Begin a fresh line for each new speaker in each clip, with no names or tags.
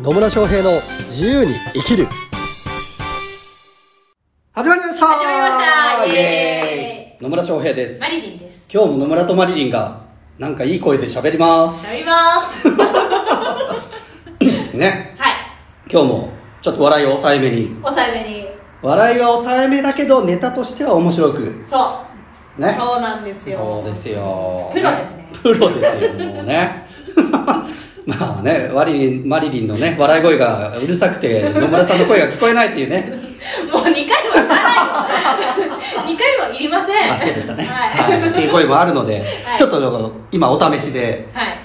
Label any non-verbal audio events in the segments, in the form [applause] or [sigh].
野村翔平の自由に生きる始まりました
始まりましたイエ
ーイ野村翔平です
マリリンです。
今日も野村とマリリンがなんかいい声で喋りま
や
す
ります。は
ね
い。
今日もちょっと笑いを抑えめに
抑えめに。
笑いは抑えめだけどネタとしては面白く
そ
ね
う。そうなんですよ。
そうですよ
プロですね
プロですよもうね [laughs] まあねマリリンマリリンのね笑い声がうるさくて野村さんの声が聞こえないっていうね
もう2回もいらない。2回も
[laughs]
いりません。
あそうでしたね、
は。
はいい、っていう声もあるので、
はい
ちょっと今お試しで
はい。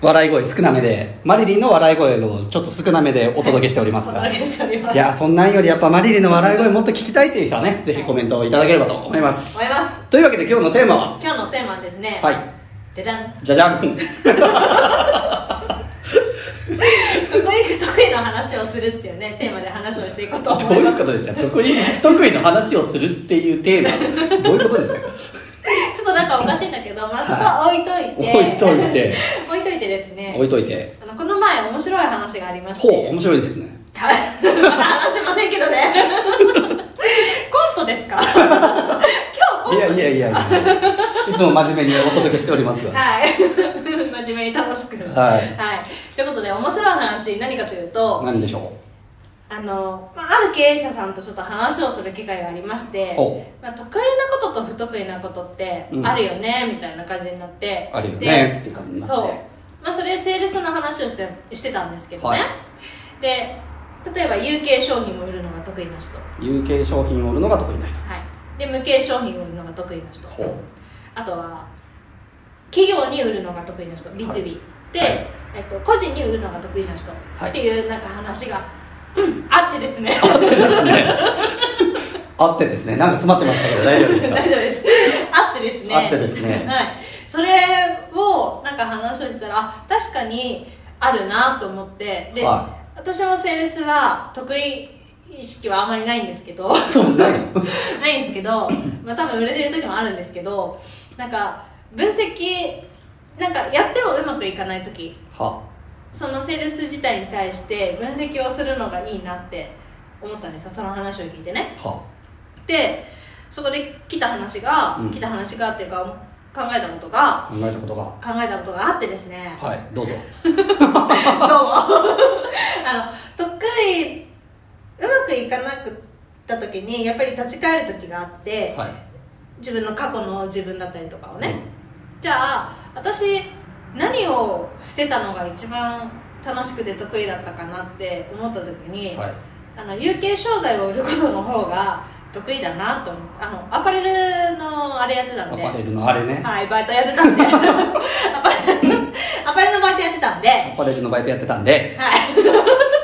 笑い声少なめでマリリンの笑い声をちょっと少なめでお届けしております
お
が、
届けしております。
いやそんなんよりやっぱマリリンの笑い声もっと聞きたいっていう人はねぜひコメントをいただければと思います
思います。
というわけで今日のテーマは
今日のテーマはですね。。
はいい
じゃじゃん。
じゃじゃん
得意不得意の話をするっていうね、テーマで話をしていこうと
どう
思い
いう
ます。
ことですか得意不得意の話をするっていうテーマどういうことですか
ちょっとなんかおかしいんだけど、まあそこは置いとい
置
て。
いとい。て
[laughs] 置いといてですね。
置いといて
あのこの前面白い話がありまし
ほう
て
面白いですね
はいまだ話してませんけどねコントですか今日コント
いやいやいやいやいつも真面目にお届けしておりますが
はい真面目に楽しく
はい
ということで面白い話何かというと
何でしょ
あの、まあ、ある経営者さんとちょっと話をする機会がありまして
お、
まあ、得意なことと不得意なことって
うん
あるよね、みたいな感じになって
あるよね
で
って感じになって
そう、まあ、それセールスの話をしてしてたんですけど
は
ね、
い
で例えば有形商品を売るのが得意な人
う有形商品を売るのが得意な人
はい、で無形商品を売るのが得意な人
ほう
あとは企業に売るのが得意な人 B2B、
はい
で、
はい
えっと、個人に売るのが得意な人、
はい
っていうなんか話が、うんあってですね
ですね。 [laughs] あってですね。なんか詰まってましたけど大丈夫です
[laughs] 大
か。
丈夫ですあってですね
あってですね
はい、それをなんか話をしてたらあ確かにあるなと思ってで、
は
私もセールスは得意意識はあまりないんですけど
[laughs] そうないの。
ないんですけど、まあ、多分売れてる時もあるんですけどなんか分析なんかやってもうまくいかない時
は。
そのセールス自体に対して分析をするのがいいなって思ったんですよその話を聞いてね
は。
でそこで来た話が、
うん
来た話がっていうか考えたことが
考えたことが。
考えたことがあってですね
[laughs] はい。どうぞ。
どうも [laughs] あの得意うまくいかなくった時にやっぱり立ち返る時があって、
はい。
自分の過去の自分だったりとかをね、じゃあ私何をしてたのが一番楽しくて得意だったかなって思った時
う
に、
ん。はい。
あの有形商材を売ることの方が [laughs] 得意だなと思ってあのアパレルのあれやってたん
ア
で
パレルのあれね。
はいバイトやってたんで [laughs] アパレルのアパレルのバイトやってたんで
アパレルのバイトやってたんで。
はい [laughs]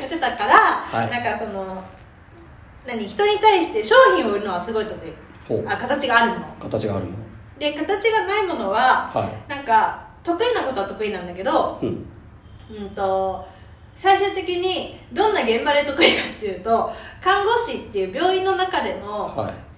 やってたから、
はい
なんかその何人に対して商品を売るのはすごい得意
ほう。
あ形があるもの
形があるの。
で形がないものは
は
なんか得意なことは得意なんだけど
い。うん。
うんと最終的にどんな現場で得意かっていうと看護師っていう病院の中での
はい。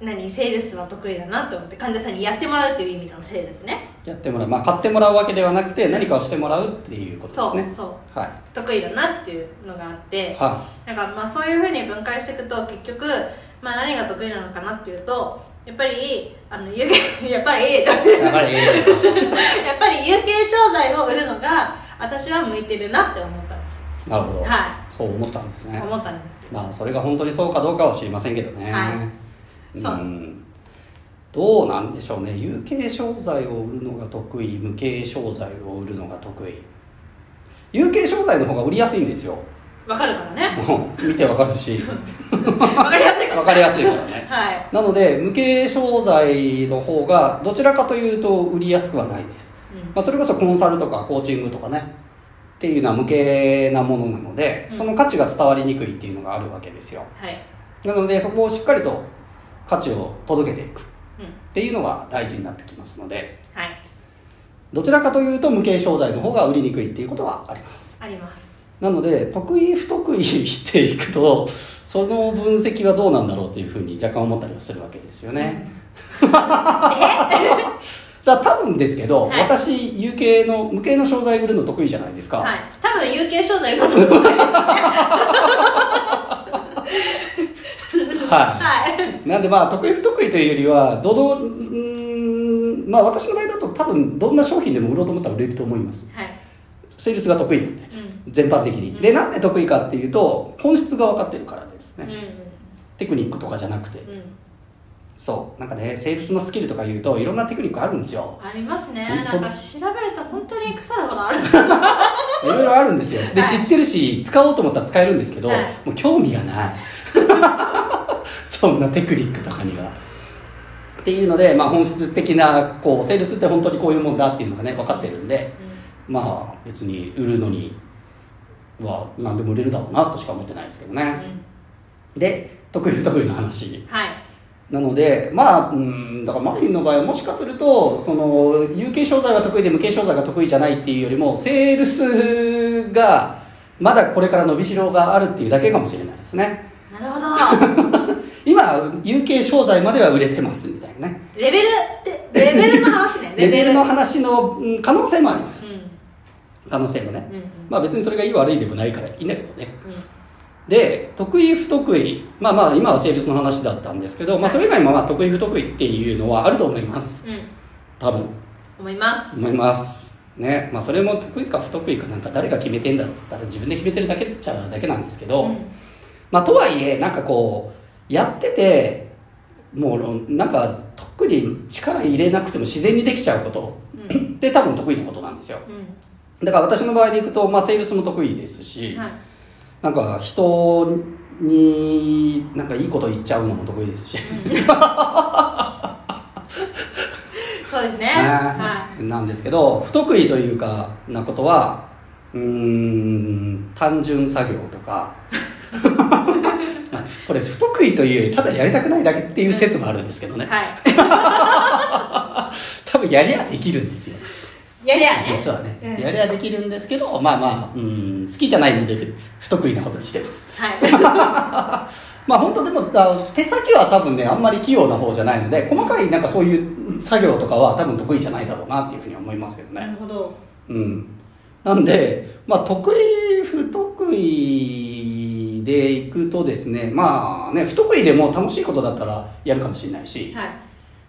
何セールスは得意だなと思って患者さんにやってもらうっていう意味のセールスね
やってもらう。まあ買ってもらうわけではなくて何かをしてもらうっていうこと
そう
ですね。
そう
はい。
得意だなっていうのがあって
は
なんかまあそういうふうに分解していくと結局、まあ、何が得意なのかなっていうとやっぱりあの有形 [laughs] やっぱり
い。やっぱり。
[laughs] やっぱり有形商材を売るのが私は向いてるなって思ったんです
なるほど。
は
そう思ったんですね。
思ったんです
まあそれが本当にそうかどうかは知りませんけどね、
はそうん
どうなんでしょうね有形商材を売るのが得意無形商材を売るのが得意有形商材の方が売りやすいんですよ [laughs]
わかるからね
もう見てわかるし
わかりやすいから
わかりやすいからね
[laughs] はい
なので無形商材の方がどちらかというと売りやすくはないです、
うん
まあ、それこそコンサルとかコーチングとかねっていうのは無形なものなので
うん
その価値が伝わりにくいっていうのがあるわけですよ、
はい
なのでそこをしっかりと価値を届けていくっ
うん
ていうのは大事になってきますので
はい
どちらかというと無形商材の方が売りにくいっていうことはあります
あります
なので得意不得意していくとその分析はどう
[laughs]
なんだろうというふうに若干思ったりはするわけですよね、だから多分ですけど、
はい
私有形の無形の商材売るの得意じゃないですか、
はい、多分有形商材だと思います
はい
[laughs] はい
なんでまあ得意不得意というよりはどのうーんまあ私の場合だと多分どんな商品でも売ろうと思ったら売れると思います
はい
セールスが得意なんで
うん
全般的にでなんで得意かっていうと本質が分かってるからですね、
うん
テクニックとかじゃなくて
うん
そうなんかねセールスのスキルとか言うといろんなテクニックあるんですよ
ありますね
本
な
当
んか調べると本当に腐る
[laughs]
ほどある
いろいろあるんですよで、
はい
知ってるし使おうと思ったら使えるんですけど、
はい
もう興味がない
[laughs]
そんなテクニックとかにはっていうので、まあ、本質的なこうセールスって本当にこういうもんだっていうのがね分かってるんでまあ別に売るのには何でも売れるだろうなとしか思ってないですけど
うんう
ね
ん
で得意不得意の話
はい
なので、まあ、うん、だからマリリンの場合はもしかすると、その、有形商材が得意で無形商材が得意じゃないっていうよりも、セールスが、まだこれから伸びしろがあるっていうだけかもしれないですね。
なるほど
今、有形商材までは売れてますみたいなね。
レベルってレベルの話ね
レベルの
話
話のうん可能性もあります。
う
可能性もね。
んうんうん
まあ別にそれがいい悪いでもないからいいんだけどね。
うん
で、得意不得意。まあまあ今はセールスの話だったんですけど、まあそれ以外もまあ得意不得意っていうのはあると思います。
うん
多分。
思います
思いますねまあそれも得意か不得意かなんか誰が決めてんだっつったら自分で決めてるだけっちゃだけなんですけど、
うん
まあとはいえなんかこうやっててもうなんか特に力入れなくても自然にできちゃうこと
うん
で多分得意なことなんですよ
う
だから私の場合でいくと、まあ、セールスも得意ですし、
んはい
なんか人になんかいいこと言っちゃうのも得意ですし、
そうですね
ね
は
なんですけど不得意というかなことはうーん単純作業とか [laughs] まあこれ不得意というよりただやりたくないだけっていう説もあるんですけど
い
ね
は
多分やりゃできるんですよ
いやりゃね
実はね、
うん
やりゃできるんですけどまあまあうん好きじゃないので不得意なことにしてます
はい
まあ本当でもあ手先は多分ねあんまり器用な方じゃないので細かいなんかそういう作業とかは多分得意じゃないだろうなっていうふうに思いますけどね、
なるほど
うん、なんで、まあ、得意不得意でいくとですねまあね不得意でも楽しいことだったらやるかもしれないし、
はい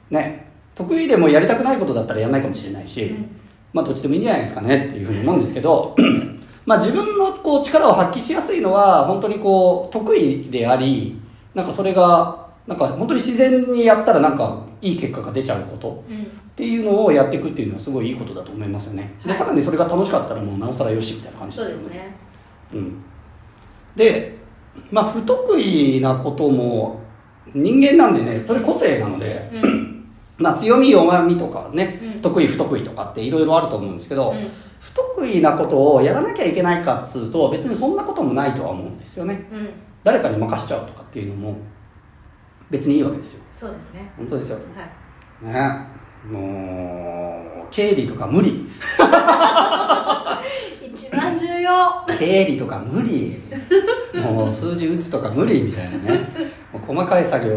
ね、得意でもやりたくないことだったらやらないかもしれないし、
うん
まあどっちでもいいんじゃないですかねっていうふうに思うんですけど [clears throat] まあ自分のこう力を発揮しやすいのは本当にこう得意でありなんかそれがなんか本当に自然にやったらなんかいい結果が出ちゃうこと
うん
っていうのをやっていくっていうのはすごいいいことだと思いますよね、
は
で
い
さらにそれが楽しかったらもうなおさらよしみたいな感じ
そう
よ
ですね
うん、でまあ不得意なことも人間なんでねそれ個性なので、
うん
まあ、強み弱みとかね、
うん
得意不得意とかっていろいろあると思うんですけど、
うん
不得意なことをやらなきゃいけないかっつうと別にそんなこともないとは思うんですよね
うん
誰かに任しちゃうとかっていうのも別にいいわけですよ
そうですね
本当ですよ
はい
ねもう経理とか無理
一番重要
経理とか無
[laughs]
理もう数字打つとか無理みたいなねもう細かい作業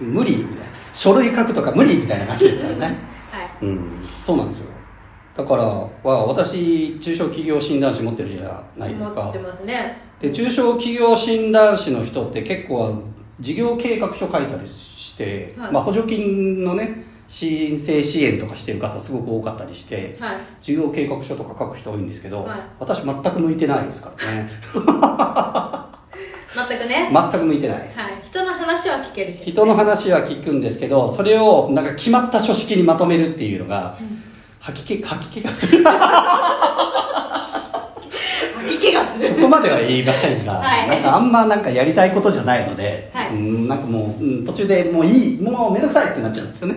無理みたいな書類書くとか無理みたいな話ですからね
はい
うんそうなんですよだからわ私中小企業診断士持ってるじゃないです
持っ
か
てますね
で中小企業診断士の人って結構事業計画書書いたりして、
はい
まあ、補助金のね申請支援とかしてる方すごく多かったりして
はい
事業計画書とか書く人多いんですけど、
はい
私全く向いてないですから
[laughs]
ね
全くね
全く向いてないです、
はい人の話は聞けるけ
人
ど
の話は聞くんですけどそれをなんか決まった書式にまとめるっていうのが
うん
吐き気吐き気がする
吐き気がする
そこまでは言いませんが、
はい
なんかあんまなんかやりたいことじゃないので、
はい
うんなんかもう、うん途中でもういいもうめんどくさいってなっちゃうんですよね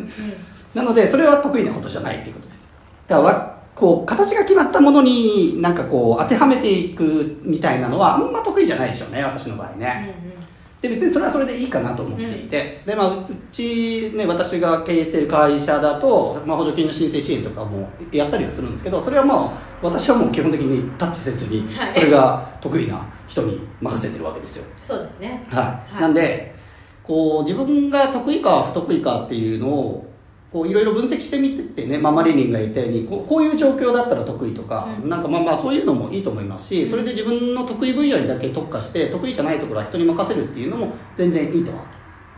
う
なのでそれは得意なことじゃないっていうことですだからわこう形が決まったものになんかこう当てはめていくみたいなのはあんま得意じゃないでしょうね私の場合ね、
ん
で別にそれはそれでいいかなと思っていて、でまあ、うち、ね、私が経営している会社だと、まあ、補助金の申請支援とかもやったりはするんですけどそれはもう私はもう基本的にタッチせずに
はい
それが得意な人に任せてるわけですよ、
そうですね
はい
はい
なんでこう自分が得意か不得意かっていうのをここういろいろ分析してみてってね、まあ、マリリンが言ったようにこうこういう状況だったら得意とか、
うん
なんかまあまあそういうのもいいと思いますし、
うん
それで自分の得意分野にだけ特化して得意じゃないところは人に任せるっていうのも全然いいとは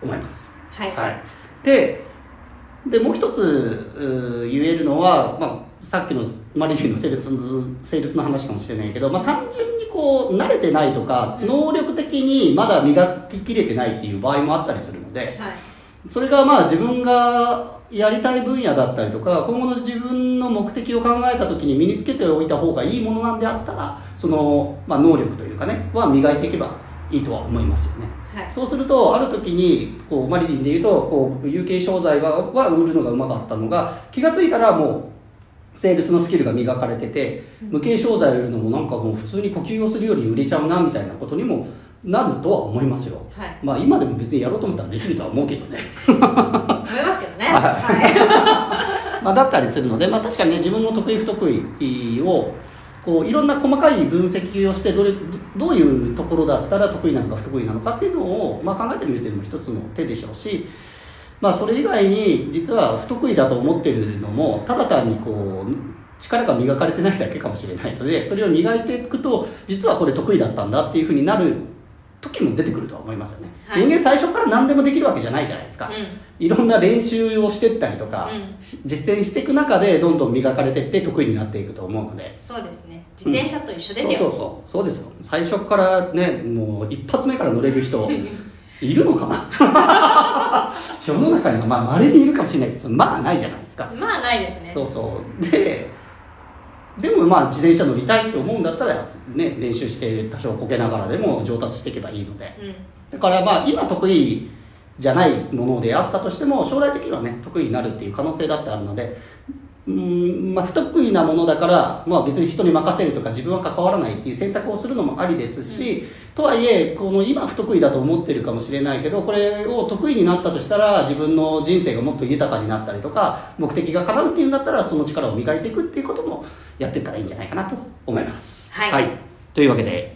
思います。
はい
はい、ででもう一つうー言えるのは、まあ、さっきのマリリンのセールスのセールスの話かもしれないけど、まあ、単純にこう慣れてないとか
うん
能力的にまだ磨ききれてないっていう場合もあったりするので
はい
それがまあ自分がやりたい分野だったりとか今後の自分の目的を考えた時に身につけておいた方がいいものなんであったらその、まあ、能力というかねは磨いていけばいいとは思いますよね。
はい
そうするとある時にこうマリリンで言うとこう有形商材はは売るのがうまかったのが気がついたらもうセールスのスキルが磨かれてて
うん
無形商材を売るのもなんかもう普通に呼吸をするより売れちゃうなみたいなことにもなるとは思いますよ
はい
まあ今でも別にやろうと思ったらできるとは思うけどね
思いますけどね
はい
は
まあだったりするので、まあ、確かにね自分の得意不得意をこういろんな細かい分析をしてどれどどういうところだったら得意なのか不得意なのかっていうのを、まあ、考えてみるというのも一つの手でしょうし、まあ、それ以外に実は不得意だと思ってるのもただ単にこう力が磨かれてないだけかもしれないのでそれを磨いていくと実はこれ得意だったんだっていうふうになる時も出てくるとは思いますよね、
はい
人間最初から何でもできるわけじゃないじゃないですか、
いうん
いろんな練習をしてったりとか、
うん
し実践していく中でどんどん磨かれていって得意になっていくと思うので
そうですね自転車と一緒です
そ
よ
うそうそうそうですよ最初からねもう一発目から乗れる
[laughs]
人いるのかな [laughs] 世の中にはまあまれにいるかもしれないですけどまあないじゃないですか、
まあないですね
そうそうででもまあ自転車乗りたいと思うんだったらね練習して多少こけながらでも上達していけばいいので
うん
だからまあ今得意じゃないものであったとしても将来的にはね得意になるっていう可能性だってあるのでうーん、まあ、不得意なものだから、まあ、別に人に任せるとか自分は関わらないっていう選択をするのもありですし、とはいえこの今不得意だと思ってるかもしれないけどこれを得意になったとしたら自分の人生がもっと豊かになったりとか目的が叶うっていうんだったらその力を磨いていくっていうこともやってったらいいんじゃないかなと思います。
はい
というわけで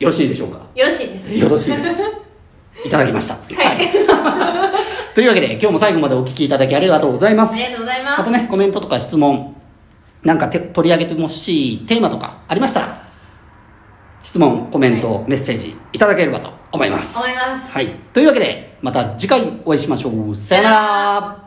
よろしいでしょうか
よろしいです
よろしいです。いただきました。
はい
というわけで、今日も最後までお聞きいただきありがとうございま
あ
す
り。がとうございます
あとね、コメントとか質問、なんかて取り上げてほしいテーマとかありましたら、質問、コメント、メッセージいただければと思います。
思います
はい。というわけで、また次回お会いしましょう。さよなら。